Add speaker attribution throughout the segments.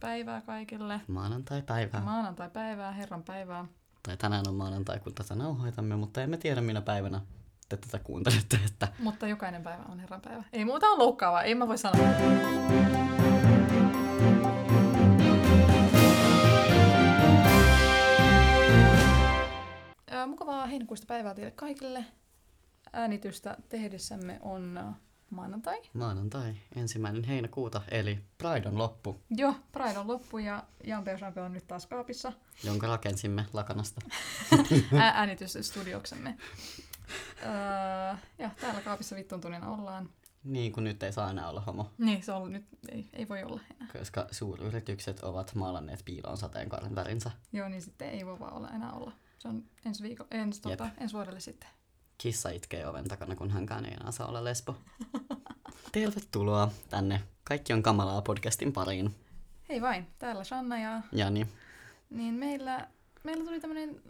Speaker 1: päivää kaikille.
Speaker 2: Maanantai-päivää.
Speaker 1: Maanantai päivää, herran päivää.
Speaker 2: tai tänään on maanantai, kun tätä nauhoitamme, mutta emme tiedä minä päivänä te tätä kuuntelette, että
Speaker 1: Mutta jokainen päivä on herran päivä. Ei muuta on loukkaavaa, ei mä voi sanoa. Ö, Mukavaa heinäkuista päivää teille kaikille. Äänitystä tehdessämme on ö, maanantai.
Speaker 2: maanantai, ensimmäinen heinäkuuta, eli Pride on loppu,
Speaker 1: Joo, Pride on loppu ja Jan Peusranko on nyt taas kaapissa
Speaker 2: jonka rakensimme lakanasta.
Speaker 1: ää- äänitysstudioksemme. Öö, ja täällä kaapissa vittun tunnina ollaan.
Speaker 2: Niin kuin nyt ei saa enää olla homo,
Speaker 1: Niin, se on nyt, ei, ei voi olla enää.
Speaker 2: koska suuryritykset ovat maalanneet piiloon sateenkaaren
Speaker 1: Joo, niin sitten ei voi vaan olla enää olla. Se on ensi, viiko, ensi,
Speaker 2: Jep.
Speaker 1: tuota, ensi vuodelle sitten.
Speaker 2: Kissa itkee oven takana, kun hänkään ei enää saa olla lesbo. Tervetuloa tänne Kaikki on kamalaa podcastin pariin.
Speaker 1: Hei vain, täällä Sanna ja...
Speaker 2: Jani,
Speaker 1: Niin meillä, meillä tuli tämmöinen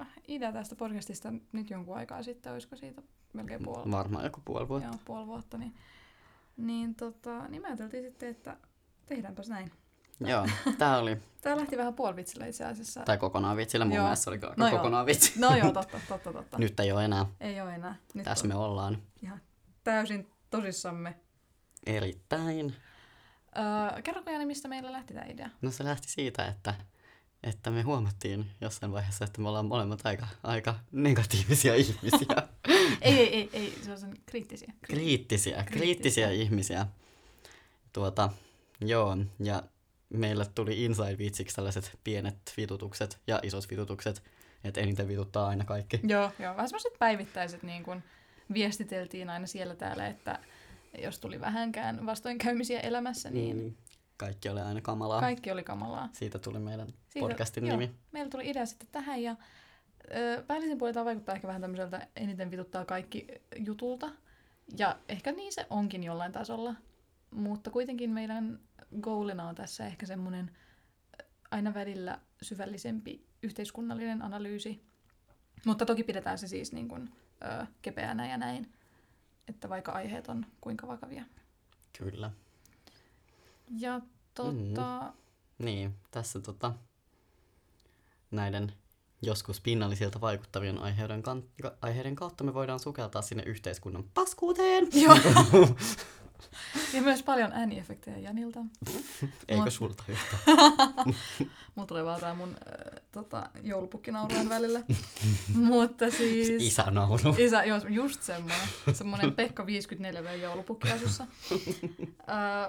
Speaker 1: äh, idea tästä podcastista nyt jonkun aikaa sitten, olisiko siitä melkein puoli
Speaker 2: varmaan joku puoli vuotta.
Speaker 1: Joo, puoli vuotta. Niin, niin, tota, niin me ajateltiin sitten, että tehdäänpäs näin.
Speaker 2: Joo, tää oli,
Speaker 1: Tää lähti vähän puolivitsillä itse asiassa.
Speaker 2: tai kokonaan vitsillä, mun
Speaker 1: Joo.
Speaker 2: mielestä se oli kyllä
Speaker 1: No
Speaker 2: aika
Speaker 1: joo.
Speaker 2: kokonaan vitsi.
Speaker 1: No joo, totta, totta, totta.
Speaker 2: Nyt ei ole enää.
Speaker 1: Ei ole enää. Nyt
Speaker 2: Tässä
Speaker 1: on
Speaker 2: me ollaan
Speaker 1: ihan täysin tosissamme.
Speaker 2: erittäin.
Speaker 1: Öö, kerroko Jani, mistä meillä lähti tämä idea?
Speaker 2: No se lähti siitä, että, että me huomattiin jossain vaiheessa, että me ollaan molemmat aika, aika negatiivisia ihmisiä.
Speaker 1: ei, ei, ei, ei, se on sen kriittisiä.
Speaker 2: kriittisiä, kriittisiä
Speaker 1: Kriittisiä.
Speaker 2: ihmisiä. Tuota, joo, ja meillä tuli inside vitsiksi tällaiset pienet vitutukset ja isot vitutukset, että eniten vituttaa aina kaikki.
Speaker 1: Joo, joo. Vähän semmoiset päivittäiset niin kun viestiteltiin aina siellä täällä, että jos tuli vähänkään vastoinkäymisiä elämässä, niin mm.
Speaker 2: Kaikki oli aina kamalaa.
Speaker 1: kaikki oli kamalaa.
Speaker 2: Siitä tuli meidän
Speaker 1: Siitä-
Speaker 2: podcastin
Speaker 1: joo,
Speaker 2: nimi.
Speaker 1: Meillä tuli idea sitten tähän ja ö, päällisin puolelta vaikuttaa ehkä vähän tämmöiseltä eniten vituttaa kaikki jutulta. Ja ehkä niin se onkin jollain tasolla. Mutta kuitenkin meidän goalina on tässä ehkä semmoinen aina välillä syvällisempi yhteiskunnallinen analyysi. Mutta toki pidetään se siis niin kuin, ö, kepeänä ja näin, että vaikka aiheet on kuinka vakavia.
Speaker 2: Kyllä.
Speaker 1: Ja tota, mm.
Speaker 2: Niin, tässä tota, näiden joskus pinnallisilta vaikuttavien aiheiden, kan- ka- aiheiden kautta me voidaan sukeltaa sinne yhteiskunnan paskuuteen.
Speaker 1: Joo. ja myös paljon ääniefektejä Janilta.
Speaker 2: Eikö
Speaker 1: Mut-
Speaker 2: sulta yhtä?
Speaker 1: Mulla tulee vaan tää mun äh, tota, joulupukkinaurujen välillä. Mutta siis...
Speaker 2: Isä nauru.
Speaker 1: Isä, joo, just semmoinen. Semmoinen Pekka 54 vielä joulupukki asussa. Ö,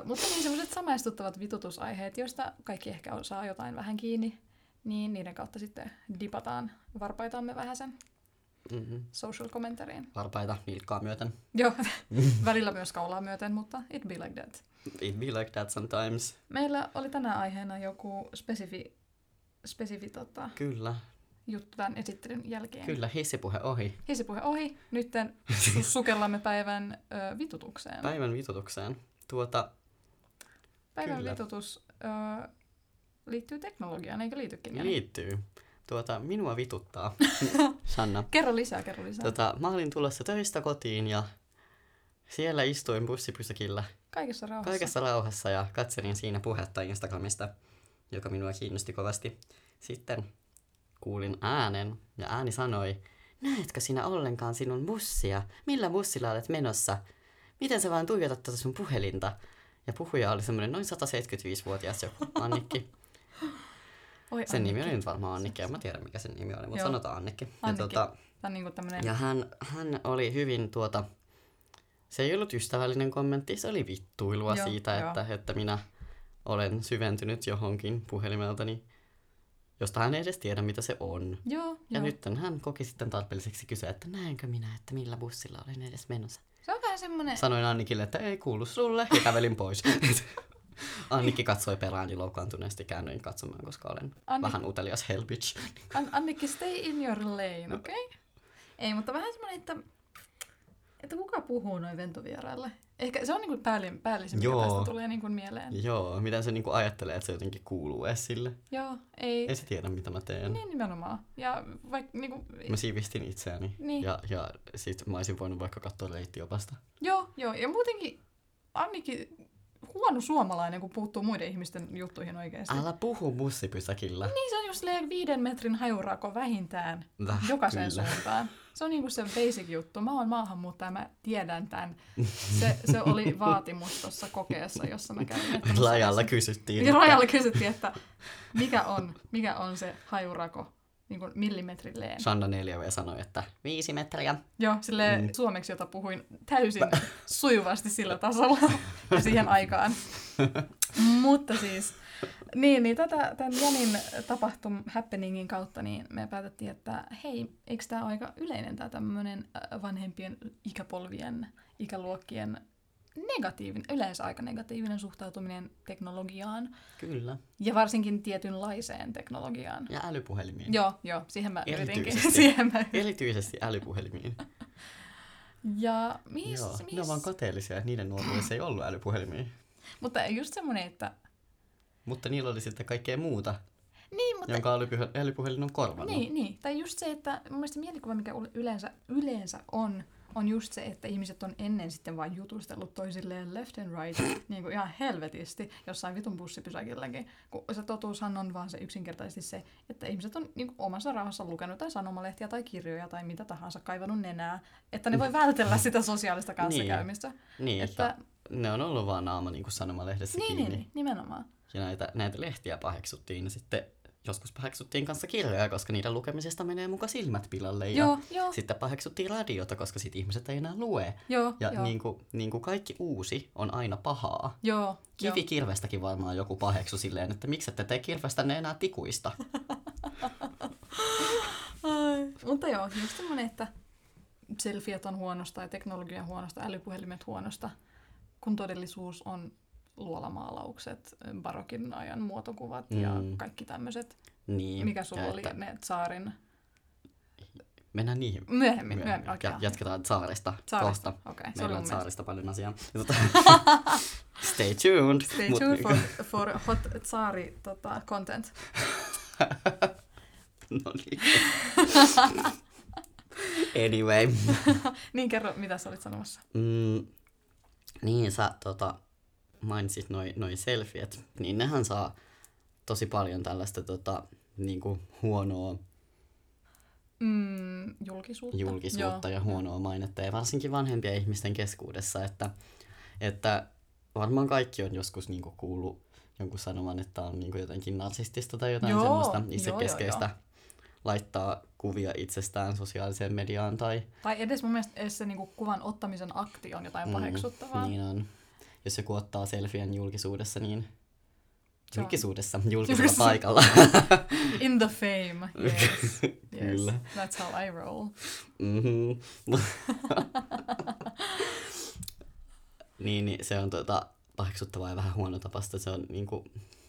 Speaker 1: mutta niin semmoiset samaistuttavat vitutusaiheet, joista kaikki ehkä saa jotain vähän kiinni, niin niiden kautta sitten dipataan varpaitamme vähän sen
Speaker 2: Mm-hmm.
Speaker 1: social kommentariin.
Speaker 2: Varpaita nilkkaa myöten.
Speaker 1: Joo, välillä myös kaulaa myöten, mutta it be like that.
Speaker 2: It be like that sometimes.
Speaker 1: Meillä oli tänään aiheena joku spesifi, spesifi tota,
Speaker 2: Kyllä,
Speaker 1: juttu tämän esittelyn jälkeen.
Speaker 2: kyllä, hissipuhe ohi.
Speaker 1: Hissipuhe ohi, nyt sukellamme päivän ö, vitutukseen.
Speaker 2: Päivän vitutukseen. Tuota,
Speaker 1: Päivän
Speaker 2: Kyllä.
Speaker 1: vitutus ö, liittyy teknologiaan, eikö liitykin? Jani?
Speaker 2: liittyy. Tuota, minua vituttaa. Sanna.
Speaker 1: Kerro lisää, kerro lisää.
Speaker 2: Tota, mä olin tulossa töistä kotiin ja siellä istuin bussipysäkillä
Speaker 1: Kaikessa rauhassa.
Speaker 2: Kaikessa rauhassa ja katselin siinä puhetta Instagramista, joka minua kiinnosti kovasti. Sitten kuulin äänen ja ääni sanoi, näetkö sinä ollenkaan sinun bussia? Millä bussilla olet menossa? Miten sä vaan tuijotat tätä sun puhelinta? Ja puhuja oli semmoinen noin 175-vuotias joku Annikki.
Speaker 1: Oi,
Speaker 2: Sen nimi oli
Speaker 1: Annikki.
Speaker 2: nyt varmaan Annikki, en mä tiedä mikä sen nimi oli, mutta
Speaker 1: Joo.
Speaker 2: sanotaan Annikki. Ja,
Speaker 1: Annikki.
Speaker 2: tota,
Speaker 1: Tämä on niinku tämmönen...
Speaker 2: ja hän, hän oli hyvin tuota, se ei ollut ystävällinen kommentti, se oli vittuilua
Speaker 1: Joo,
Speaker 2: joo, siitä,
Speaker 1: joo.
Speaker 2: Että, että minä olen syventynyt johonkin puhelimeltani, josta hän ei edes tiedä, mitä se on.
Speaker 1: Joo,
Speaker 2: Ja
Speaker 1: joo.
Speaker 2: nyt hän koki sitten tarpeelliseksi kysyä, että näenkö minä, että millä bussilla olen edes menossa.
Speaker 1: Se on vähän semmonen...
Speaker 2: Sanoin Annikille, että ei kuulu sulle, ja kävelin pois. Annikki katsoi perään ja loukkaantuneesti käännyin katsomaan, koska olen
Speaker 1: Annik-
Speaker 2: vähän utelias helbitch.
Speaker 1: An- Annikki, stay in your
Speaker 2: No.
Speaker 1: lane, okei? Okay? Ei, mutta vähän semmonen, että... Että kuka puhuu noin ventovieraille? Ehkä se on niinku päällim, päällisin, mikä
Speaker 2: Joo.
Speaker 1: tästä tulee niinku mieleen.
Speaker 2: Joo, miten se niinku ajattelee, että se jotenkin kuuluu edes sille.
Speaker 1: Joo, ei...
Speaker 2: Ei se tiedä, mitä mä teen.
Speaker 1: Niin nimenomaan. Ja vaikka niinku...
Speaker 2: Mä siivistin itseäni.
Speaker 1: Niin.
Speaker 2: Ja, ja sit mä olisin voinut vaikka katsoa leittiopasta.
Speaker 1: Joo, joo. Ja muutenkin Annikin huono suomalainen, kun puuttuu muiden ihmisten juttuihin oikeasti.
Speaker 2: Älä puhu bussipysäkillä.
Speaker 1: Niin se on just silleen viiden metrin hajurako vähintään
Speaker 2: Väh,
Speaker 1: Niin. jokaisen
Speaker 2: Ah, kyllä.
Speaker 1: suuntaan. Se on niinku se basic juttu. Mä oon maahanmuuttaja, mä tiedän tämän. Se, se oli vaatimus tuossa kokeessa, jossa mä kävin. että mä saisin-
Speaker 2: Rajalla kysyttiin.
Speaker 1: Niin rajalla kysyttiin, että mikä on, mikä on se hajurako niin kuin millimetrilleen.
Speaker 2: Shanna 4 sanoi, että viisi metriä.
Speaker 1: Joo, silleen
Speaker 2: Mm.
Speaker 1: suomeksi, jota puhuin täysin sujuvasti sillä tasolla ja siihen aikaan. Mutta siis, niin, niin tätä, tämän Janin tapahtum happeningin kautta, niin me päätettiin, että hei, eikö tämä ole aika yleinen tämä tämmöinen vanhempien ikäpolvien, ikäluokkien negatiivinen, yleensä aika negatiivinen suhtautuminen teknologiaan
Speaker 2: Kyllä.
Speaker 1: ja varsinkin tietynlaiseen teknologiaan.
Speaker 2: Ja älypuhelimiin.
Speaker 1: Joo, joo, siihen mä yritinkin.
Speaker 2: Mm. Erityisesti.
Speaker 1: siihen mä...
Speaker 2: Erityisesti älypuhelimiin.
Speaker 1: Ja miss,
Speaker 2: Joo.
Speaker 1: miss...
Speaker 2: Ne on vaan kateellisia, että niiden nuoruudessa ei ollut älypuhelimia.
Speaker 1: Mutta just semmoinen, että...
Speaker 2: Mutta niillä oli sitten kaikkea muuta,
Speaker 1: Niin, mutta...
Speaker 2: jonka älypuhe- älypuhelin on korvannut.
Speaker 1: Niin, niin, tai just se, että mun mielestä mielikuva, mikä yle- yleensä, yleensä on, on just se, että ihmiset on ennen sitten vaan jutustellut toisilleen left and right, niin kuin ihan helvetisti, jossain vitun bussipysäkilläkin, kun se totuushan on vaan se yksinkertaisesti se, että ihmiset on niin kuin omassa rahassa lukenut tai sanomalehtiä tai kirjoja tai mitä tahansa, kaivannut nenää, että ne voi vältellä sitä sosiaalista kanssakäymistä.
Speaker 2: Mm. Niin, että...
Speaker 1: Että-
Speaker 2: että ne on ollut vaan naama niin kuin sanomalehdessä
Speaker 1: niin,
Speaker 2: kiinni.
Speaker 1: niin, niin, nimenomaan.
Speaker 2: Ja näitä, näitä lehtiä paheksuttiin ja sitten joskus paheksuttiin kanssa kirjoja, koska niiden lukemisesta menee muka silmät pilalle. Ja
Speaker 1: Joo, joo,
Speaker 2: sitten paheksuttiin radiota, koska sit ihmiset ei enää lue.
Speaker 1: joo,
Speaker 2: Ja
Speaker 1: joo.
Speaker 2: niin kuin, niin kuin kaikki uusi on aina pahaa.
Speaker 1: Joo, joo.
Speaker 2: Kivikirvestäkin varmaan joku paheksu silleen, että miksi ette tee kirvestänne enää tikuista.
Speaker 1: Ai. Mutta joo, just semmoinen, että selfiet on huonosta ja teknologia on huonosta, älypuhelimet huonosta, kun todellisuus on luolamaalaukset, barokin ajan muotokuvat ja
Speaker 2: Mm.
Speaker 1: kaikki tämmöiset.
Speaker 2: niin,
Speaker 1: Mikä sulla
Speaker 2: ja
Speaker 1: oli
Speaker 2: että-
Speaker 1: ne tsaarin?
Speaker 2: Mennään niihin
Speaker 1: Myöhemmin, myöhemmin.
Speaker 2: myöhemmin.
Speaker 1: Okay,
Speaker 2: Ja, jatketaan saarista,
Speaker 1: Saarista,
Speaker 2: kohta.
Speaker 1: okei. Okay. Se oli
Speaker 2: Meillä
Speaker 1: mun
Speaker 2: on
Speaker 1: mielestä.
Speaker 2: saarista paljon asiaa. Ja tota- Stay tuned.
Speaker 1: Stay
Speaker 2: Mut-
Speaker 1: tuned for, for hot tsaari tota, content.
Speaker 2: No niin. anyway.
Speaker 1: Niin kerro, mitä sä olit sanomassa.
Speaker 2: Mm, niin sä tota, mainitsit noin noi selfiet, niin nehän saa tosi paljon tällaista tota, niinku, huonoa
Speaker 1: Mm, julkisuutta.
Speaker 2: julkisuutta ja huonoa mainetta, ja varsinkin vanhempien ihmisten keskuudessa, että, että varmaan kaikki on joskus niinku, kuullut jonkun sanovan, että on niinku, jotenkin narsistista tai jotain
Speaker 1: Joo,
Speaker 2: semmoista
Speaker 1: joo, joo,
Speaker 2: itsekeskeistä laittaa kuvia itsestään sosiaaliseen mediaan tai
Speaker 1: Tai edes mun mielestä edes se niinku, kuvan ottamisen akti on jotain
Speaker 2: Mm,
Speaker 1: paheksuttavaa.
Speaker 2: Niin on. Jos joku ottaa selfien julkisuudessa, niin...
Speaker 1: Se on-
Speaker 2: Julkisuudessa, julkisella
Speaker 1: Julkisuudessa.
Speaker 2: paikalla.
Speaker 1: In the fame, yes. yes.
Speaker 2: Kyllä.
Speaker 1: That's how I roll.
Speaker 2: Mhm. niin, niin, se on tota, paheksuttavaa ja vähän huono tapasta. Se on niinku,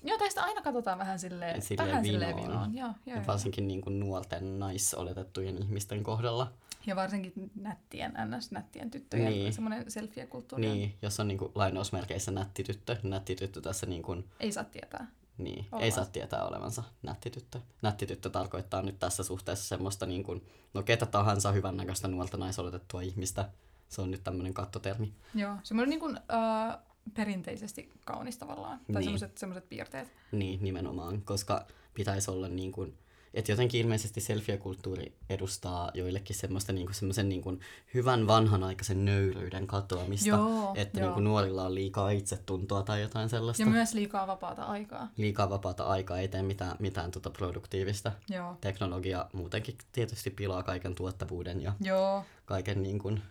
Speaker 1: Joo, tästä aina katsotaan vähän silleen,
Speaker 2: Silleen
Speaker 1: vähän silleen
Speaker 2: vinoon.
Speaker 1: vinoon. Joo, joo, joo.
Speaker 2: varsinkin niinku nuorten naisoletettujen ihmisten kohdalla.
Speaker 1: Ja varsinkin nättien, ns-nättien tyttöjen
Speaker 2: Niin.
Speaker 1: niin. semmoinen selfie-kulttuuri. on-
Speaker 2: Niin, jos on niinku, lainausmerkeissä nätti tyttö, nätti tyttö tässä niinku,
Speaker 1: Ei saa tietää.
Speaker 2: Niin, ei
Speaker 1: Ollaan.
Speaker 2: saa tietää olevansa nätti tyttö. Nätti tyttö tarkoittaa nyt tässä suhteessa semmoista niin kuin, no ketä tahansa hyvännäköistä nuolta naisoletettua ihmistä. Se on nyt tämmöinen kattotermi.
Speaker 1: Joo, semmoinen niin kuin, äh, perinteisesti kaunis tavallaan. Tai
Speaker 2: Niin.
Speaker 1: semmoiset semmoiset piirteet.
Speaker 2: Niin, nimenomaan, koska pitäisi olla niin kuin, että jotenkin ilmeisesti selfie-kulttuuri edustaa joillekin semmoista niin kuin, semmoisen niin kuin hyvän vanhanaikaisen nöyryyden katoamista.
Speaker 1: Joo,
Speaker 2: että
Speaker 1: joo.
Speaker 2: niin kuin nuorilla on liikaa itsetuntoa tai jotain sellaista.
Speaker 1: Ja myös liikaa vapaata aikaa.
Speaker 2: Liikaa vapaata aikaa, ei tee mitään, mitään tuota produktiivista.
Speaker 1: Joo.
Speaker 2: Teknologia muutenkin tietysti pilaa kaiken tuottavuuden ja
Speaker 1: Joo.
Speaker 2: kaiken niin kuin,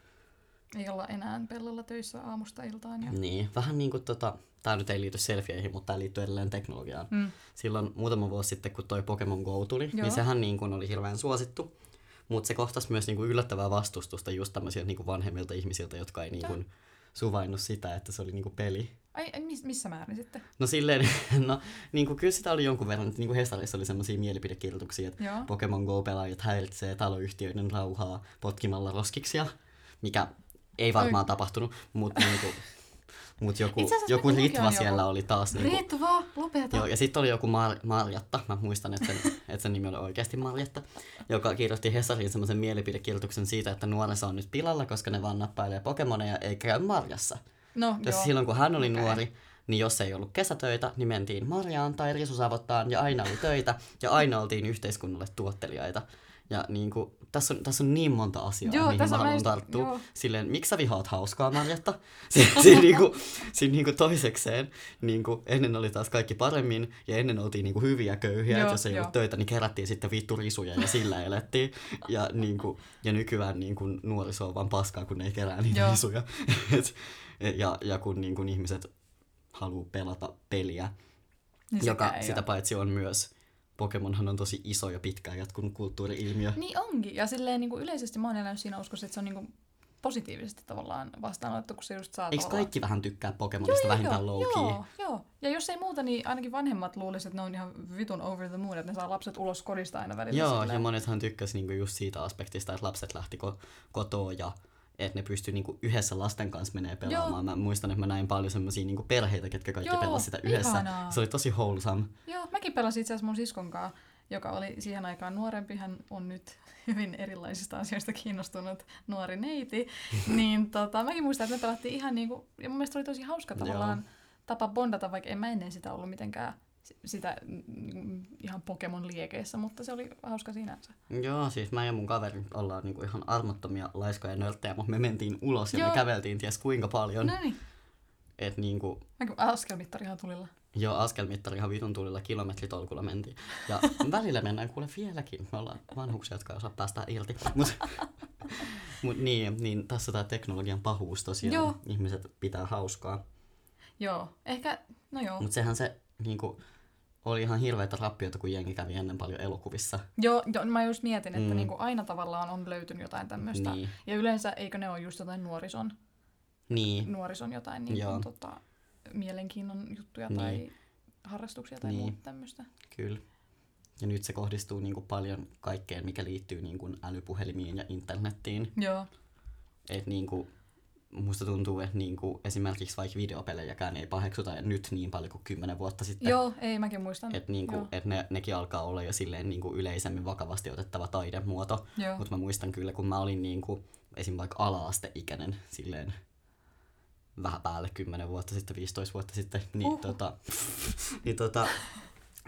Speaker 1: Ei olla enää pellolla töissä aamusta iltaan. Ja...
Speaker 2: niin, vähän niin kuin tota, tämä nyt ei liity selfieihin, mutta tämä liittyy edelleen teknologiaan.
Speaker 1: Mm.
Speaker 2: Silloin muutama vuosi sitten, kun toi Pokemon Go tuli, Joo.
Speaker 1: Joo.
Speaker 2: niin sehän niin kuin oli hirveän suosittu. Mutta se kohtasi myös niin kuin yllättävää vastustusta just tämmöisiltä niin kuin vanhemmilta ihmisiltä, jotka ei niin kuin suvainnut sitä, että se oli niin kuin peli.
Speaker 1: Ai, ai, miss, missä määrin sitten?
Speaker 2: No silleen, no niin kuin kyllä sitä oli jonkun verran, että niin kuin Hesarissa oli semmoisia mielipidekirjoituksia, että
Speaker 1: Joo.
Speaker 2: Pokemon Go-pelaajat häiritsee taloyhtiöiden rauhaa potkimalla roskiksia, mikä ei varmaan tapahtunut, mutta niinku, mut joku,
Speaker 1: Itse asiassa
Speaker 2: joku
Speaker 1: mullakin
Speaker 2: ritva
Speaker 1: on joku.
Speaker 2: siellä oli taas. Niinku,
Speaker 1: Riittu vaan, lopeta.
Speaker 2: joo, ja sitten oli joku Mar- Marjatta, mä muistan, että sen, että sen nimi oli oikeasti Marjatta, joka kirjoitti Hesariin semmoisen mielipidekirjoituksen siitä, että nuoriso on nyt pilalla, koska ne vaan nappailee Pokemoneja eikä käy marjassa.
Speaker 1: No,
Speaker 2: Jos
Speaker 1: joo.
Speaker 2: silloin kun hän oli
Speaker 1: Okei.
Speaker 2: nuori, niin jos ei ollut kesätöitä, niin mentiin Marjaan tai Risusavottaan ja aina oli töitä ja aina oltiin yhteiskunnalle tuottelijaita. Ja niin kuin, tässä, on, tässä on niin monta asiaa,
Speaker 1: Joo,
Speaker 2: joo, mihin
Speaker 1: tässä
Speaker 2: mä
Speaker 1: on
Speaker 2: haluan
Speaker 1: näistä-
Speaker 2: tarttua.
Speaker 1: joo.
Speaker 2: Silleen, miksi sä vihaat hauskaa Marjatta? Sitten siinä, niinku, siinä niinku toisekseen, niinku, ennen oli taas kaikki paremmin ja ennen oltiin niinku hyviä köyhiä,
Speaker 1: Joo,
Speaker 2: että jos ei
Speaker 1: joo.
Speaker 2: ollut töitä, niin kerättiin sitten vittu risuja ja sillä elettiin. Ja, niinku, ja nykyään niinku, nuoriso on vaan paskaa, kun ne ei kerää niitä
Speaker 1: Joo.
Speaker 2: risuja. Et, ja, ja kun niinku, ihmiset haluaa pelata peliä,
Speaker 1: Niin
Speaker 2: joka
Speaker 1: sekään ei
Speaker 2: sitä
Speaker 1: oo.
Speaker 2: paitsi on myös, Pokemonhan on tosi iso ja pitkään jatkunut kulttuuri-ilmiö.
Speaker 1: Niin onkin. Ja silleen niin kuin yleisesti mä oon elänyt siinä uskossa, että se on niin kuin positiivisesti tavallaan vastaanotettu, kun se just saa
Speaker 2: Eikö
Speaker 1: tavallaan-
Speaker 2: kaikki vähän tykkää Pokemonista vähintään low
Speaker 1: Joo, joo. Ja jos ei muuta, niin ainakin vanhemmat luulisivat, että ne on ihan vitun over the moon, että ne saa lapset ulos kodista aina välillä.
Speaker 2: Joo,
Speaker 1: silleen.
Speaker 2: ja monethan tykkäsi niinku just siitä aspektista, että lapset lähti ko- kotoa ja että ne pystyi niinku yhdessä lasten kanssa menee pelaamaan. Joo. Mä muistan, että mä näin paljon semmoisia niinku perheitä, ketkä kaikki
Speaker 1: Joo,
Speaker 2: pelasivat sitä yhdessä.
Speaker 1: ihanaa.
Speaker 2: Se oli tosi wholesome.
Speaker 1: Joo, mäkin pelasin itse asiassa mun siskon kanssa, joka oli siihen aikaan nuorempi. Hän on nyt hyvin erilaisista asioista kiinnostunut nuori neiti. niin tota, mäkin muistan, että me pelattiin ihan niinku, ja mun mielestä se oli tosi hauska
Speaker 2: Joo.
Speaker 1: tavallaan tapa bondata, vaikka en mä ennen sitä ollut mitenkään si- sitä mm, ihan Pokemon liekeissä, mutta se oli hauska sinänsä.
Speaker 2: Joo, siis mä ja mun kaveri ollaan niinku ihan armottomia laiskoja nörttejä, mutta me mentiin ulos ja
Speaker 1: Joo.
Speaker 2: me käveltiin ties kuinka paljon.
Speaker 1: No niin,
Speaker 2: Et niinku,
Speaker 1: mäkin askelmittari ihan tulilla.
Speaker 2: Joo, askelmittari ihan vitun tuulilla kilometritolkulla mentiin. Ja välillä mennään kuule vieläkin. Me ollaan vanhuksia, jotka ei osaa päästä irti. Mut, mut niin, niin tässä tämä teknologian pahuus tosiaan.
Speaker 1: Joo.
Speaker 2: Ihmiset pitää hauskaa.
Speaker 1: Joo, ehkä, no joo.
Speaker 2: Mut sehän se niinku, oli ihan hirveitä rappiota, kun jengi kävi ennen paljon elokuvissa.
Speaker 1: Joo, joo mä just mietin, että
Speaker 2: Mm.
Speaker 1: niinku aina tavallaan on löytynyt jotain tämmöistä.
Speaker 2: Niin.
Speaker 1: Ja yleensä eikö ne ole just jotain nuorison
Speaker 2: Niin,
Speaker 1: nuorison jotain niin
Speaker 2: Joo.
Speaker 1: kuin, tota, mielenkiinnon juttuja
Speaker 2: Niin.
Speaker 1: tai harrastuksia tai
Speaker 2: Niin.
Speaker 1: muuta tämmöistä.
Speaker 2: kyllä. Ja nyt se kohdistuu niinku paljon kaikkeen, mikä liittyy niinku älypuhelimiin ja internettiin.
Speaker 1: Joo.
Speaker 2: Et niinku, musta tuntuu, että niinku, esimerkiksi vaikka videopelejäkään ei paheksuta nyt niin paljon kuin kymmenen vuotta sitten.
Speaker 1: Joo, ei mäkin muistan.
Speaker 2: Et niinku,
Speaker 1: Joo.
Speaker 2: et ne, nekin alkaa olla jo silleen niinku yleisemmin vakavasti otettava taidemuoto.
Speaker 1: Joo.
Speaker 2: Mutta mä muistan kyllä, kun mä olin niinku, esim. vaikka ala-asteikäinen silleen vähän päälle 10 vuotta sitten, 15 vuotta sitten, niin,
Speaker 1: Uhu.
Speaker 2: tota, niin, tota,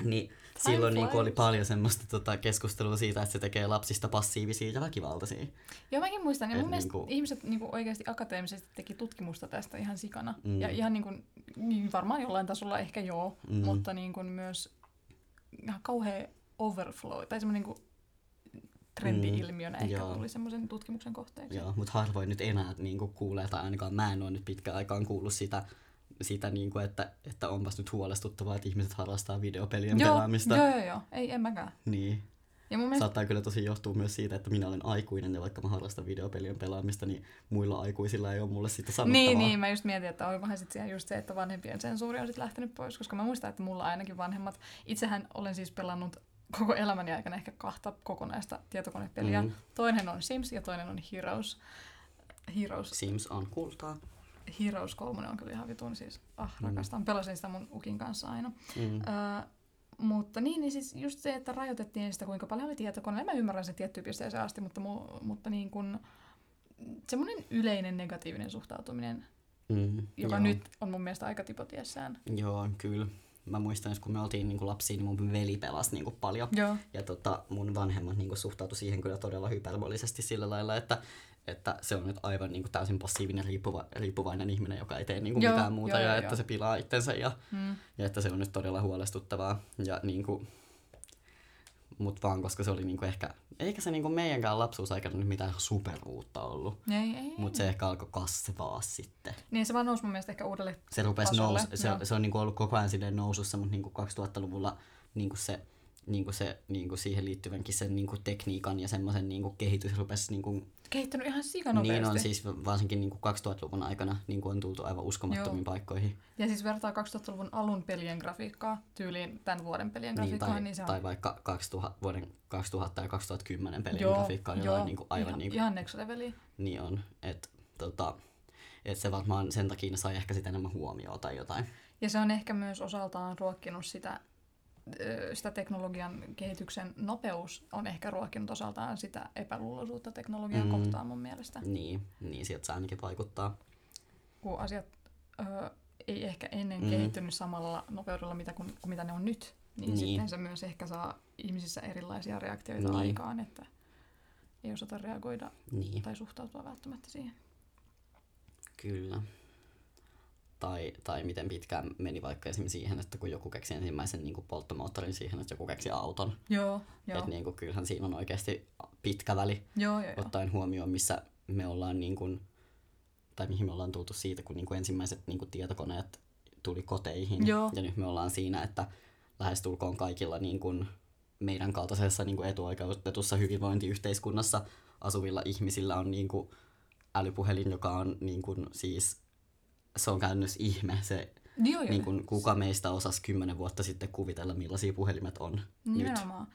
Speaker 2: niin silloin niinku oli
Speaker 1: flies.
Speaker 2: paljon semmoista tota, keskustelua siitä, että se tekee lapsista passiivisia ja väkivaltaisia.
Speaker 1: Joo, mäkin muistan. Ja
Speaker 2: et
Speaker 1: mun mielestä
Speaker 2: niinku-
Speaker 1: ihmiset niinku oikeasti akateemisesti teki tutkimusta tästä ihan sikana.
Speaker 2: Mm.
Speaker 1: Ja ihan niinku, niin varmaan jollain tasolla ehkä joo,
Speaker 2: Mm.
Speaker 1: mutta niinku myös ihan kauhea overflow tai semmoinen niinku trendi-ilmiönä
Speaker 2: Mm,
Speaker 1: ehkä
Speaker 2: joo.
Speaker 1: tuli semmoisen tutkimuksen kohteeksi.
Speaker 2: Joo, mutta harvoin nyt enää niin kuin kuulee, tai ainakaan mä en ole nyt pitkään aikaan kuullut sitä, sitä niin kuin, että, että onpas nyt huolestuttavaa, että ihmiset harrastaa videopelien joo, pelaamista.
Speaker 1: joo,
Speaker 2: Joo.
Speaker 1: joo, joo. Ei, en mäkään.
Speaker 2: Niin.
Speaker 1: Ja mun mielestä
Speaker 2: Saattaa kyllä tosi johtua myös siitä, että minä olen aikuinen ja vaikka mä harrastan videopelien pelaamista, niin muilla aikuisilla ei ole mulle sitä sanottavaa.
Speaker 1: Niin, niin, mä just mietin, että onkohan sit siellä just se, että vanhempien sensuuri on sit lähtenyt pois, koska mä muistan, että mulla ainakin vanhemmat, itsehän olen siis pelannut koko elämäni aikana ehkä kahta kokonaista tietokonepeliä.
Speaker 2: Mm.
Speaker 1: Mm. Toinen on Sims ja toinen on Heroes. Heroes,
Speaker 2: Sims on kultaa.
Speaker 1: Heroes 3 on kyllä ihan vitun siis, ah rakastan, pelasin sitä mun ukin kanssa aina.
Speaker 2: Mm.
Speaker 1: Öö, mutta niin, niin siis just se, että rajoitettiin sitä, kuinka paljon oli tietokoneella. Mä ymmärrän sen tiettyyn pisteeseen asti, mutta, mu, mutta niin kun, semmoinen yleinen negatiivinen suhtautuminen
Speaker 2: Mm.
Speaker 1: joka
Speaker 2: Joo.
Speaker 1: nyt on mun mielestä aika tipotiessään.
Speaker 2: Joo, kyllä. Mä muistan, että kun me oltiin niin kuin lapsia, niin mun veli pelasi niin kuin paljon.
Speaker 1: Joo.
Speaker 2: Ja tota, mun vanhemmat niin suhtautui siihen kyllä todella hyperbolisesti sillä lailla, että, että se on nyt aivan niin täysin passiivinen riippuva, riippuvainen ihminen, joka ei tee niin
Speaker 1: Joo,
Speaker 2: mitään muuta
Speaker 1: joo,
Speaker 2: ja
Speaker 1: joo,
Speaker 2: että
Speaker 1: joo.
Speaker 2: se pilaa itsensä ja,
Speaker 1: Mm.
Speaker 2: ja että se on nyt todella huolestuttavaa. Ja niin kuin, mut vaan koska se oli niin ehkä, eikä se niin meidänkään lapsuusaikana nyt mitään superuutta ollut.
Speaker 1: Ei, ei.
Speaker 2: Mutta se ehkä alkoi kasvaa sitten.
Speaker 1: Niin se vaan nousi mun mielestä ehkä uudelle.
Speaker 2: Se rupesi
Speaker 1: Tasolle,
Speaker 2: nous, se,
Speaker 1: joo.
Speaker 2: se on niinku ollut koko ajan silleen nousussa, mutta niinku 2000-luvulla niinku se, niinku se, niinku siihen liittyvänkin sen niinku tekniikan ja semmoisen niinku kehitys rupesi, niinku,
Speaker 1: Kehittynyt ihan sikanopeasti.
Speaker 2: niin on siis varsinkin niinku 2000-luvun aikana niinku on tultu aivan uskomattomiin
Speaker 1: Joo.
Speaker 2: paikkoihin. niin
Speaker 1: Ja siis vertaa 2000-luvun alun pelien grafiikkaa tyyliin tämän vuoden pelien
Speaker 2: Niin,
Speaker 1: grafiikkaa,
Speaker 2: tai,
Speaker 1: niin,
Speaker 2: niin
Speaker 1: se on
Speaker 2: tai vaikka 2000, vuoden 2000 ja 2010 pelien
Speaker 1: Joo,
Speaker 2: grafiikka on jotain niinku aivan
Speaker 1: ihan,
Speaker 2: niinku,
Speaker 1: ihan next leveli.
Speaker 2: niin on. Et, tota, et se varmaan sen takia ne sai ehkä sitä enemmän huomioon tai jotain.
Speaker 1: Ja se on ehkä myös osaltaan ruokkinut sitä, ö, sitä teknologian kehityksen nopeus on ehkä ruokkinut osaltaan sitä epäluuloisuutta teknologiaa
Speaker 2: Mm.
Speaker 1: mm. kohtaan mun mielestä.
Speaker 2: Niin, niin sieltä se ainakin vaikuttaa.
Speaker 1: kun asiat ö, ei ehkä ennen
Speaker 2: Mm.
Speaker 1: mm. kehittynyt samalla nopeudella, mitä, kun, kuin mitä ne on nyt. Niin,
Speaker 2: Niin.
Speaker 1: niin sitten se myös ehkä saa ihmisissä erilaisia reaktioita
Speaker 2: Niin.
Speaker 1: niin. aikaan, että ei osata reagoida
Speaker 2: Niin,
Speaker 1: tai suhtautua välttämättä siihen.
Speaker 2: kyllä. Tai, tai miten pitkään meni vaikka esimerkiksi siihen, että kun joku keksi ensimmäisen niin polttomoottorin siihen, että joku keksi auton.
Speaker 1: Joo, joo,
Speaker 2: Että
Speaker 1: niin.
Speaker 2: niin kuin, kyllähän siinä on oikeasti pitkä väli,
Speaker 1: joo, joo, joo.
Speaker 2: ottaen huomioon, missä me ollaan niin kuin, tai mihin me ollaan tultu siitä, kun niin kuin ensimmäiset niin kuin tietokoneet tuli koteihin.
Speaker 1: Joo.
Speaker 2: Ja nyt me ollaan siinä, että lähestulkoon kaikilla niin kuin meidän kaltaisessa niin kuin etuoikeutetussa hyvinvointiyhteiskunnassa asuvilla ihmisillä on niin kuin älypuhelin, joka on niin kuin siis, se on käännös ihme. Se,
Speaker 1: Joo, joo.
Speaker 2: niin kuin, kuka meistä osasi kymmenen vuotta sitten kuvitella, millaisia puhelimet on nyt.
Speaker 1: Nimenomaan.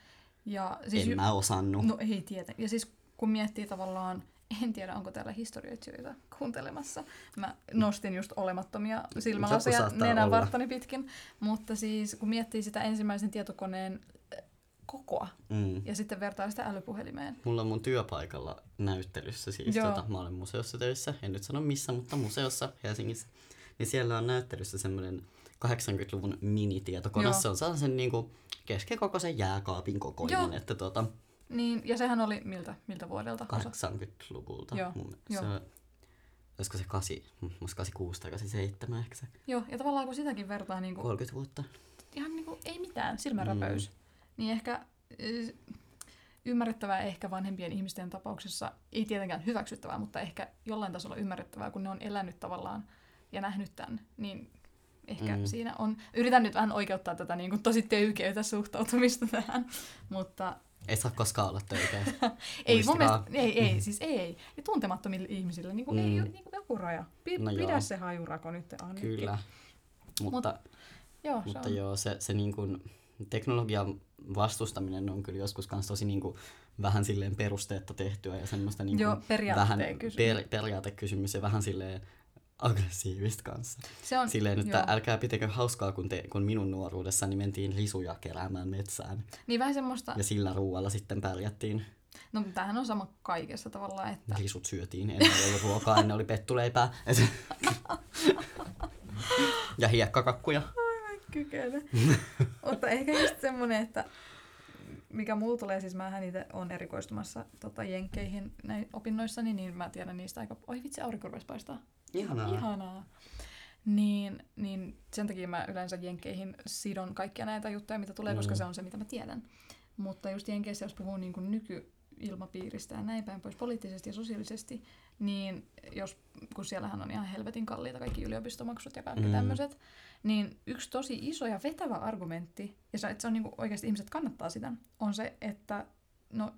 Speaker 1: Ja siis
Speaker 2: en
Speaker 1: ju-
Speaker 2: mä osannut.
Speaker 1: No ei tietä. Ja siis kun miettii tavallaan, en tiedä onko täällä historioitsijoita kuuntelemassa. Mä nostin just olemattomia
Speaker 2: Joku
Speaker 1: silmälaseja
Speaker 2: saattaa
Speaker 1: nenän
Speaker 2: olla.
Speaker 1: varttani pitkin. Mutta siis kun miettii sitä ensimmäisen tietokoneen äh, kokoa
Speaker 2: Mm.
Speaker 1: ja sitten vertaa sitä älypuhelimeen.
Speaker 2: Mulla on mun työpaikalla näyttelyssä siis,
Speaker 1: Joo.
Speaker 2: tota, mä olen museossa töissä, en nyt sano missä, mutta museossa Helsingissä. Niin siellä on näyttelyssä semmoinen 80-luvun minitietokone,
Speaker 1: Joo.
Speaker 2: se on sellaisen niinku keskikokoisen jääkaapin kokoinen,
Speaker 1: Joo.
Speaker 2: että tota,
Speaker 1: Niin, ja sehän oli miltä, miltä vuodelta? Osa-
Speaker 2: 80-luvulta.
Speaker 1: Joo,
Speaker 2: Mun,
Speaker 1: joo.
Speaker 2: Se, olisiko se 8, musta 86 tai 87 ehkä se,
Speaker 1: Joo, ja tavallaan kun sitäkin vertaa, niin kuin,
Speaker 2: 30 vuotta.
Speaker 1: ihan niin kuin, ei mitään, silmänräpäys.
Speaker 2: Mm.
Speaker 1: Niin ehkä äh, ymmärrettävää ehkä vanhempien ihmisten tapauksessa, ei tietenkään hyväksyttävää, mutta ehkä jollain tasolla ymmärrettävää, kun ne on elänyt tavallaan ja nähnyt tämän, niin ehkä
Speaker 2: Mm.
Speaker 1: mm. siinä on, yritän nyt vähän oikeuttaa tätä niin kuin tosi töykeitä suhtautumista tähän, mutta
Speaker 2: Ei saa koskaan olla töitä.
Speaker 1: ei mun
Speaker 2: Muistakaa.
Speaker 1: mielestä, ei, ei, siis ei, ja tuntemattomille ihmisille niin kuin,
Speaker 2: Mm.
Speaker 1: mm. ei ole niin kuin joku raja, Pi-
Speaker 2: No
Speaker 1: no
Speaker 2: joo.
Speaker 1: pidä se hajurako nyt Annikki.
Speaker 2: Kyllä. Mutta
Speaker 1: Joo, se
Speaker 2: Mutta
Speaker 1: on.
Speaker 2: joo, se, se niin kuin, teknologian vastustaminen on kyllä joskus kans tosi niin kuin, vähän silleen perusteetta tehtyä ja semmoista niin
Speaker 1: Joo, periaatteen
Speaker 2: vähän
Speaker 1: kysymys.
Speaker 2: per, periaatekysymys ja vähän silleen aggressiivista kanssa.
Speaker 1: se on,
Speaker 2: Silleen, että
Speaker 1: joo.
Speaker 2: älkää pitäkö hauskaa, kun, te, kun minun nuoruudessani mentiin risuja keräämään metsään.
Speaker 1: Niin vähän semmoista,
Speaker 2: Ja sillä ruoalla sitten pärjättiin.
Speaker 1: no mutta tämähän on sama kaikessa tavallaan, että
Speaker 2: Risut syötiin, ennen ei ollut ruokaa, ennen oli pettuleipää. ja hiekkakakkuja.
Speaker 1: kykene. Mutta ehkä just semmoinen, että mikä mulla tulee, siis mä itse on erikoistumassa tota, jenkkeihin näin opinnoissani, niin mä tiedän niistä aika... Oi vitsi, aurinko rupesi paistaa.
Speaker 2: Ihanaa.
Speaker 1: Ihanaa. Niin, niin sen takia mä yleensä jenkkeihin sidon kaikkia näitä juttuja, mitä tulee, mm. koska
Speaker 2: Mm.
Speaker 1: se on se, mitä mä tiedän. Mutta just jenkeissä, jos puhuu niin kuin nykyilmapiiristä ja näin päin pois poliittisesti ja sosiaalisesti, niin jos, kun siellähän on ihan helvetin kalliita kaikki yliopistomaksut ja kaikki
Speaker 2: Mm.
Speaker 1: mm. tämmöiset, niin yksi tosi iso ja vetävä argumentti, ja se, että se on niin kuin oikeasti ihmiset kannattaa sitä, on se, että no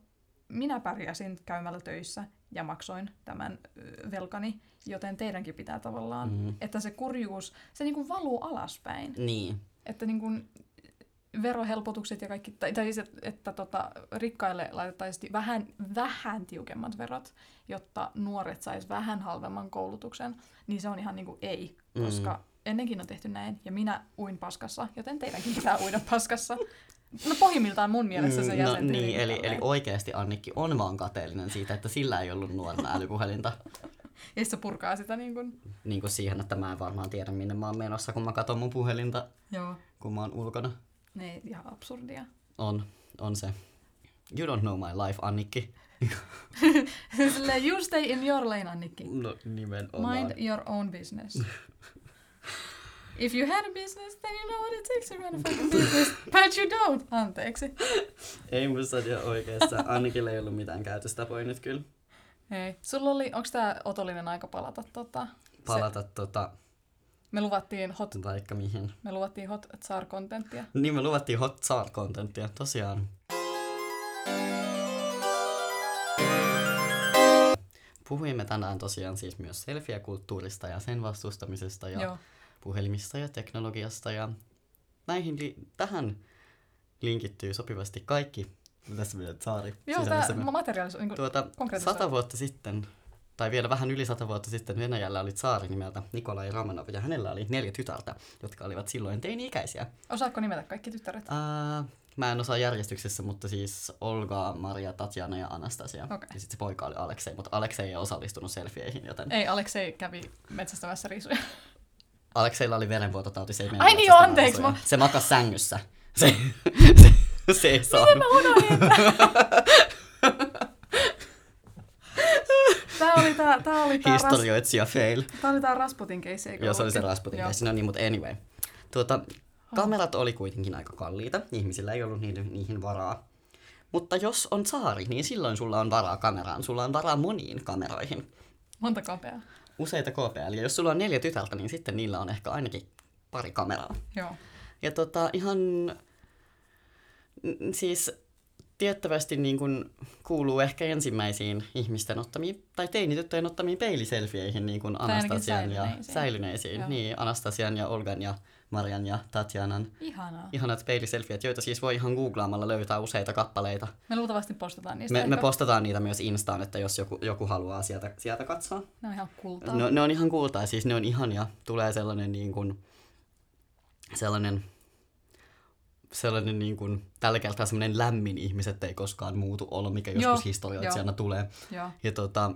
Speaker 1: minä pärjäsin käymällä töissä ja maksoin tämän ö, velkani, joten teidänkin pitää tavallaan,
Speaker 2: Mm.
Speaker 1: mm. että se kurjuus, se niin kuin valuu alaspäin.
Speaker 2: Niin.
Speaker 1: Että niin kuin verohelpotukset ja kaikki, tai, tai siis, että, että tota, rikkaille laitettaisiin vähän, vähän tiukemmat verot, jotta nuoret sais vähän halvemman koulutuksen, niin se on ihan niin kuin ei,
Speaker 2: Mm.
Speaker 1: koska ennenkin on tehty näin, ja minä uin paskassa, joten teidänkin pitää uida paskassa. No pohjimmiltaan mun mielessä se
Speaker 2: Mm, no,
Speaker 1: jäsentyy.
Speaker 2: niin,
Speaker 1: niinku
Speaker 2: eli,
Speaker 1: tälleen.
Speaker 2: eli oikeasti Annikki on vaan kateellinen siitä, että sillä ei ollut nuorena älypuhelinta.
Speaker 1: Ja sit se purkaa sitä niin kuin...
Speaker 2: niin kuin siihen, että mä en varmaan tiedä, minne mä oon menossa, kun mä katson mun puhelinta,
Speaker 1: Joo.
Speaker 2: kun mä oon ulkona.
Speaker 1: Ne ihan absurdia.
Speaker 2: On, on se. You don't know my life, Annikki.
Speaker 1: Silleen, you stay in your lane, Annikki.
Speaker 2: No nimenomaan.
Speaker 1: Mind your own business. If you had a business, then you know what it takes to run a fucking business. But you don't! Anteeksi.
Speaker 2: Ei musta tiedä oikeassa. Annikilla ei ollut mitään käytöstapoja nyt kyllä.
Speaker 1: Hei. Sulla oli, onks tää otollinen aika palata tota?
Speaker 2: Palata tota,
Speaker 1: Me luvattiin hot,
Speaker 2: vaikka mihin.
Speaker 1: me luvattiin hot tsar kontenttia
Speaker 2: Niin me luvattiin hot salt contenttia, tosiaan. Puhuimme tänään tosiaan siis myös selfie-kulttuurista ja sen vastustamisesta ja
Speaker 1: Joo.
Speaker 2: puhelimista ja teknologiasta ja näihin li- tähän linkittyy sopivasti kaikki. Mitäs minä saari?
Speaker 1: Joo, tää
Speaker 2: sisällössämme.
Speaker 1: materiaalisuus, niin
Speaker 2: Tuota,
Speaker 1: konkretisoida.
Speaker 2: sata vuotta sitten, tai vielä vähän yli sata vuotta sitten Venäjällä oli saari nimeltä Nikolai Romanov ja hänellä oli neljä tytärtä, jotka olivat silloin teini-ikäisiä.
Speaker 1: osaatko nimetä kaikki tyttäret?
Speaker 2: Äh, mä en osaa järjestyksessä, mutta siis Olga, Maria, Tatjana ja Anastasia.
Speaker 1: Okei.
Speaker 2: Ja sitten se poika oli Aleksei, mutta Aleksei ei osallistunut selfieihin, joten
Speaker 1: Ei, Aleksei kävi metsästämässä risuja.
Speaker 2: Alekseilla oli verenvuototauti, se ei mennyt
Speaker 1: Ai niin,
Speaker 2: metsästämään
Speaker 1: anteeksi,
Speaker 2: asuja.
Speaker 1: mä-
Speaker 2: Se makas sängyssä. Se, se, se ei saanut.
Speaker 1: Tää oli tää, tää oli tää, ras,
Speaker 2: Historioitsija fail.
Speaker 1: tää, oli tää Rasputin keissi, eikö
Speaker 2: Joo, se oli se
Speaker 1: ollutkin?
Speaker 2: Rasputin
Speaker 1: Joo. Oh.
Speaker 2: keissi. No niin, mutta anyway. Tuota, kamerat oli kuitenkin aika kalliita. Ihmisillä ei ollut niiden, niihin varaa. Mutta jos on saari, niin silloin sulla on varaa kameraan. Sulla on varaa moniin kameroihin.
Speaker 1: Monta kapeaa.
Speaker 2: Useita KPL. Ja jos sulla on neljä tytärtä, niin sitten niillä on ehkä ainakin pari kameraa.
Speaker 1: Joo.
Speaker 2: Ja tota, ihan n- siis tiettävästi niin kun kuuluu ehkä ensimmäisiin ihmisten ottamiin, tai teinityttöjen ottamiin peiliselfieihin, niin kuin
Speaker 1: ainakin
Speaker 2: Anastasian ja
Speaker 1: säilyneisiin.
Speaker 2: säilyneisiin.
Speaker 1: Joo.
Speaker 2: Niin, Anastasian ja Olgan ja Marian ja Tatjanan
Speaker 1: Ihanaa.
Speaker 2: ihanat peiliselfiet, joita siis voi ihan googlaamalla löytää useita kappaleita.
Speaker 1: Me luultavasti postataan niistä.
Speaker 2: Me, me
Speaker 1: ehkä.
Speaker 2: postataan niitä myös Instaan, että jos joku, joku haluaa sieltä, sieltä katsoa.
Speaker 1: ne on ihan kultaa.
Speaker 2: No, ne on ihan kultaa, siis ne on ihania. Tulee sellainen niin kuin, sellainen, sellainen niin kuin, tällä kertaa sellainen lämmin ihmiset ei koskaan muutu olo, mikä
Speaker 1: Joo,
Speaker 2: joskus historioitsijana tulee.
Speaker 1: Joo.
Speaker 2: Ja tota,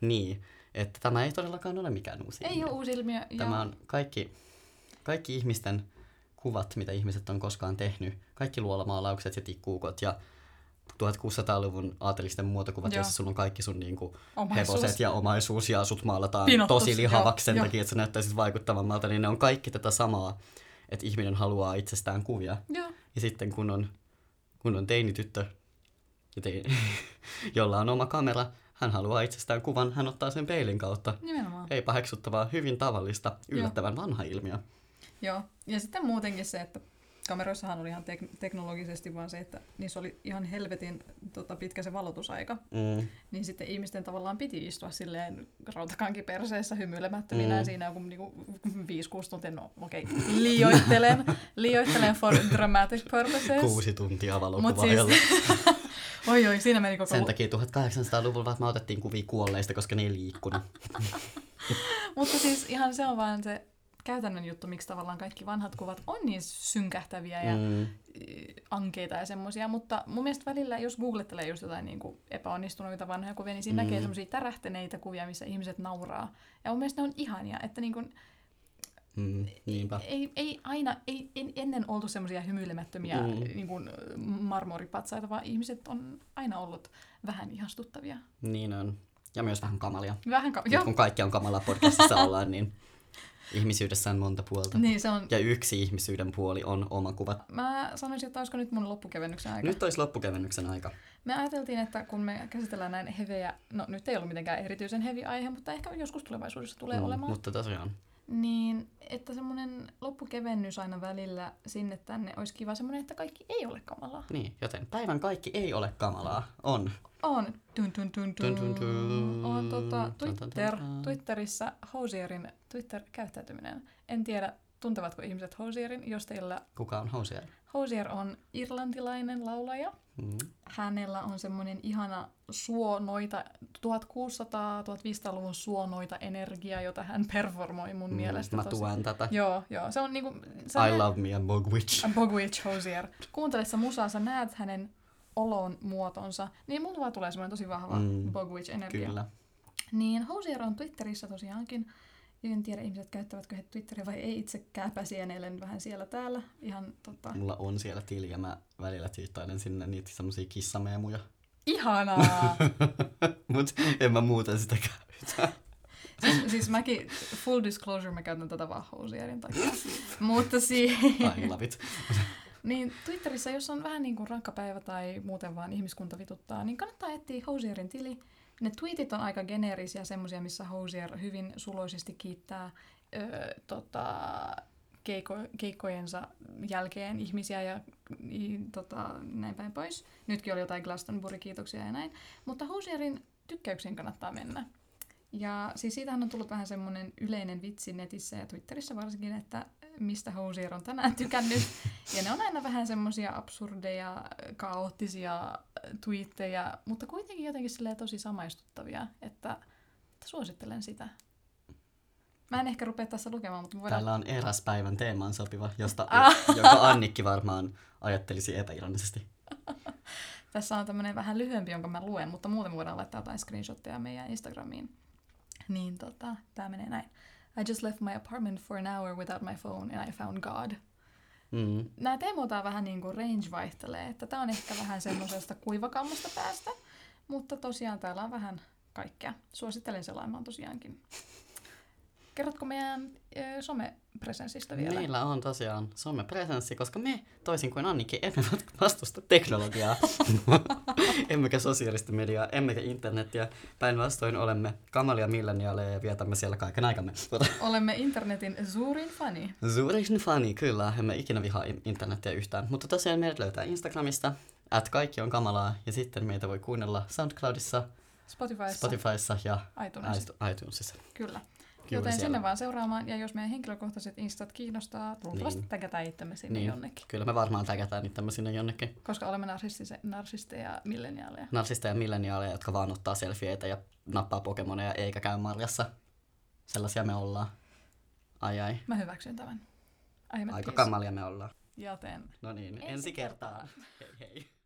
Speaker 2: niin, että tämä ei todellakaan ole mikään uusi
Speaker 1: Ei
Speaker 2: ilmiö.
Speaker 1: ole uusi ilmiö. ja-
Speaker 2: Tämä on kaikki, kaikki ihmisten kuvat, mitä ihmiset on koskaan tehnyt, kaikki luolamaalaukset ja tikkuukot ja 1600-luvun aatelisten muotokuvat,
Speaker 1: Joo.
Speaker 2: joissa sulla on kaikki sun niinku
Speaker 1: Omaisuus.
Speaker 2: hevoset ja omaisuus ja sut maalataan
Speaker 1: Pinottus,
Speaker 2: tosi lihavaksi
Speaker 1: joo,
Speaker 2: sen
Speaker 1: joo.
Speaker 2: takia, että sä näyttäisit vaikuttavammalta, niin ne on kaikki tätä samaa, että ihminen haluaa itsestään kuvia.
Speaker 1: Joo.
Speaker 2: Ja sitten kun on, kun on teinityttö, ja tein, jolla on oma kamera, hän haluaa itsestään kuvan, hän ottaa sen peilin kautta.
Speaker 1: Nimenomaan.
Speaker 2: Ei paheksuttavaa, hyvin tavallista, yllättävän vanha ilmiö.
Speaker 1: Joo. Ja sitten muutenkin se, että kameroissahan oli ihan tek- teknologisesti vaan se, että niissä oli ihan helvetin tota, pitkä se valotusaika.
Speaker 2: Mm.
Speaker 1: Niin sitten ihmisten tavallaan piti istua silleen rautakanki perseessä hymyilemättöminä mm.
Speaker 2: Mm.
Speaker 1: siinä joku niinku, 5-6 tuntia, no okei, okay. liioittelen, liioittelen for dramatic purposes.
Speaker 2: Kuusi tuntia
Speaker 1: Mut
Speaker 2: valokuvaajalla. Siis...
Speaker 1: siis, oi oi, siinä meni koko
Speaker 2: Sen takia 1800-luvulla me otettiin kuvia kuolleista, koska ne ei liikkunut.
Speaker 1: Mutta siis ihan se on vaan se käytännön juttu, miksi tavallaan kaikki vanhat kuvat on niin synkähtäviä ja
Speaker 2: Mm.
Speaker 1: y- ankeita ja semmoisia, mutta mun mielestä välillä, jos googlettelee just jotain niin kuin epäonnistuneita vanhoja kuvia, niin siinä
Speaker 2: Mm.
Speaker 1: näkee semmoisia tärähtäneitä kuvia, missä ihmiset nauraa. Ja mun mielestä ne on ihania, että niin kuin
Speaker 2: Mm. Niinpä.
Speaker 1: ei, ei aina, ei, en, ennen oltu semmoisia hymyilemättömiä mm.
Speaker 2: Mm.
Speaker 1: niin kuin marmoripatsaita, vaan ihmiset on aina ollut vähän ihastuttavia.
Speaker 2: Niin on. Ja myös vähän kamalia.
Speaker 1: Vähän ka-
Speaker 2: Nyt
Speaker 1: Joo,
Speaker 2: kun kaikki on kamala podcastissa ollaan, niin ihmisyydessä on monta puolta.
Speaker 1: niin se on.
Speaker 2: Ja yksi ihmisyyden puoli on oma kuva.
Speaker 1: Mä sanoisin, että olisiko nyt mun loppukevennyksen aika.
Speaker 2: Nyt olisi loppukevennyksen aika.
Speaker 1: Me ajateltiin, että kun me käsitellään näin heveä, no nyt ei ollut mitenkään erityisen hevi aihe, mutta ehkä joskus tulevaisuudessa tulee mm, olemaan,
Speaker 2: mutta tosiaan.
Speaker 1: niin että semmoinen loppukevennys aina välillä sinne tänne olisi kiva semmoinen, että kaikki ei ole kamalaa.
Speaker 2: Niin, joten päivän kaikki ei ole kamalaa. On.
Speaker 1: On. Tun, tun, tun,
Speaker 2: Tun, tun,
Speaker 1: tun.
Speaker 2: tun.
Speaker 1: On tota,
Speaker 2: Tun, tun, tun,
Speaker 1: Twitter,
Speaker 2: tun.
Speaker 1: Twitterissä Hosierin Twitter-käyttäytyminen. En tiedä, tuntevatko ihmiset Hosierin, jos teillä
Speaker 2: Kuka on housia?
Speaker 1: Hosier on irlantilainen laulaja.
Speaker 2: Mm.
Speaker 1: hänellä on semmoinen ihana suonoita, 1600-1500-luvun suonoita energia, jota hän performoi mun mielestä.
Speaker 2: Mm, Mä
Speaker 1: tosi-
Speaker 2: tuen tätä.
Speaker 1: Joo, joo. Se on niinku...
Speaker 2: I love me a bog witch.
Speaker 1: Bogwitch Hosier. Kuuntele sä musaa, sä näet hänen olon muotonsa, niin mulla vaan tulee semmoinen tosi vahva mm,
Speaker 2: Mm,
Speaker 1: Bogwitch-energia.
Speaker 2: Kyllä.
Speaker 1: Niin Hosier on Twitterissä tosiaankin. En tiedä ihmiset käyttävätkö he Twitteriä vai ei itse pääsieneilen vähän siellä täällä. Ihan tota...
Speaker 2: Mulla on siellä tili ja mä välillä twiittailen sinne niitä semmosia kissameemuja.
Speaker 1: Ihanaa!
Speaker 2: Mut en mä muuten sitä käytä.
Speaker 1: Siis, siis mäkin, full disclosure, mä käytän tätä vaan housierin takia. Mutta si-
Speaker 2: I love it.
Speaker 1: niin Twitterissä, jos on vähän niin kuin rankka päivä tai muuten vaan ihmiskunta vituttaa, niin kannattaa etsiä housierin tili. Ne tweetit on aika geneerisiä, semmoisia, missä housier hyvin suloisesti kiittää öö, tota, keiko, keikkojensa jälkeen ihmisiä ja i, tota, näin päin pois. Nytkin oli jotain Glastonbury-kiitoksia ja näin. Mutta Hosierin tykkäyksiin kannattaa mennä. Ja siis siitähän on tullut vähän semmoinen yleinen vitsi netissä ja Twitterissä varsinkin, että mistä Hosier on tänään tykännyt. Ja ne on aina vähän semmoisia absurdeja, kaoottisia twiittejä, mutta kuitenkin jotenkin silleen tosi samaistuttavia, että, että suosittelen sitä. Mä en ehkä rupea tässä lukemaan, mutta me voidaan...
Speaker 2: Täällä on eräs päivän teemaan sopiva, josta,
Speaker 1: Ah.
Speaker 2: joka Annikki varmaan ajattelisi epäironisesti.
Speaker 1: Tässä on tämmöinen vähän lyhyempi, jonka mä luen, mutta muuten voidaan laittaa jotain screenshotteja meidän Instagramiin. Niin tota, tämä menee näin. I just left my apartment for an hour without my phone and I found God.
Speaker 2: Mm.
Speaker 1: Nämä teemot on vähän niin kuin range vaihtelee, että tämä on ehkä vähän semmoisesta kuivakammasta päästä, mutta tosiaan täällä on vähän kaikkea. Suosittelen selaimaan tosiaankin. Kerrotko meidän ö, somepresenssistä vielä?
Speaker 2: Meillä on tosiaan somepresenssi, koska me, toisin kuin Annikin, emme vastusta teknologiaa. emmekä sosiaalista mediaa, emmekä internettiä. Päinvastoin olemme kamalia milleniaaleja ja vietämme siellä kaiken aikamme. Tuota, Mutta
Speaker 1: Olemme internetin suurin fani.
Speaker 2: Suurin fani, kyllä. Emme ikinä vihaa in- internetiä yhtään. Mutta tosiaan meidät löytää Instagramista, at kaikki on kamalaa, ja sitten meitä voi kuunnella SoundCloudissa,
Speaker 1: Spotifyssa,
Speaker 2: Spotifyssa ja
Speaker 1: iTunesissa.
Speaker 2: iTu- iTunesissa.
Speaker 1: Kyllä.
Speaker 2: Juuri
Speaker 1: Joten
Speaker 2: siellä.
Speaker 1: sinne vaan seuraamaan, ja jos meidän henkilökohtaiset instat kiinnostaa, luultavasti
Speaker 2: Niin.
Speaker 1: niin. tägätään itsemme sinne
Speaker 2: Niin.
Speaker 1: niin. jonnekin.
Speaker 2: Kyllä me varmaan tägätään niitä sinne jonnekin.
Speaker 1: Koska olemme narsistise- narsisteja milleniaaleja.
Speaker 2: narsisteja ja milleniaaleja, jotka vaan ottaa selfieitä ja nappaa pokemoneja eikä käy marjassa. Sellaisia me ollaan. Ai ai,
Speaker 1: Mä hyväksyn tämän. Aiemmat
Speaker 2: aika
Speaker 1: biisit.
Speaker 2: kamalia me ollaan.
Speaker 1: Joten
Speaker 2: No niin, ensi,
Speaker 1: Ensi
Speaker 2: kertaan. Hei hei.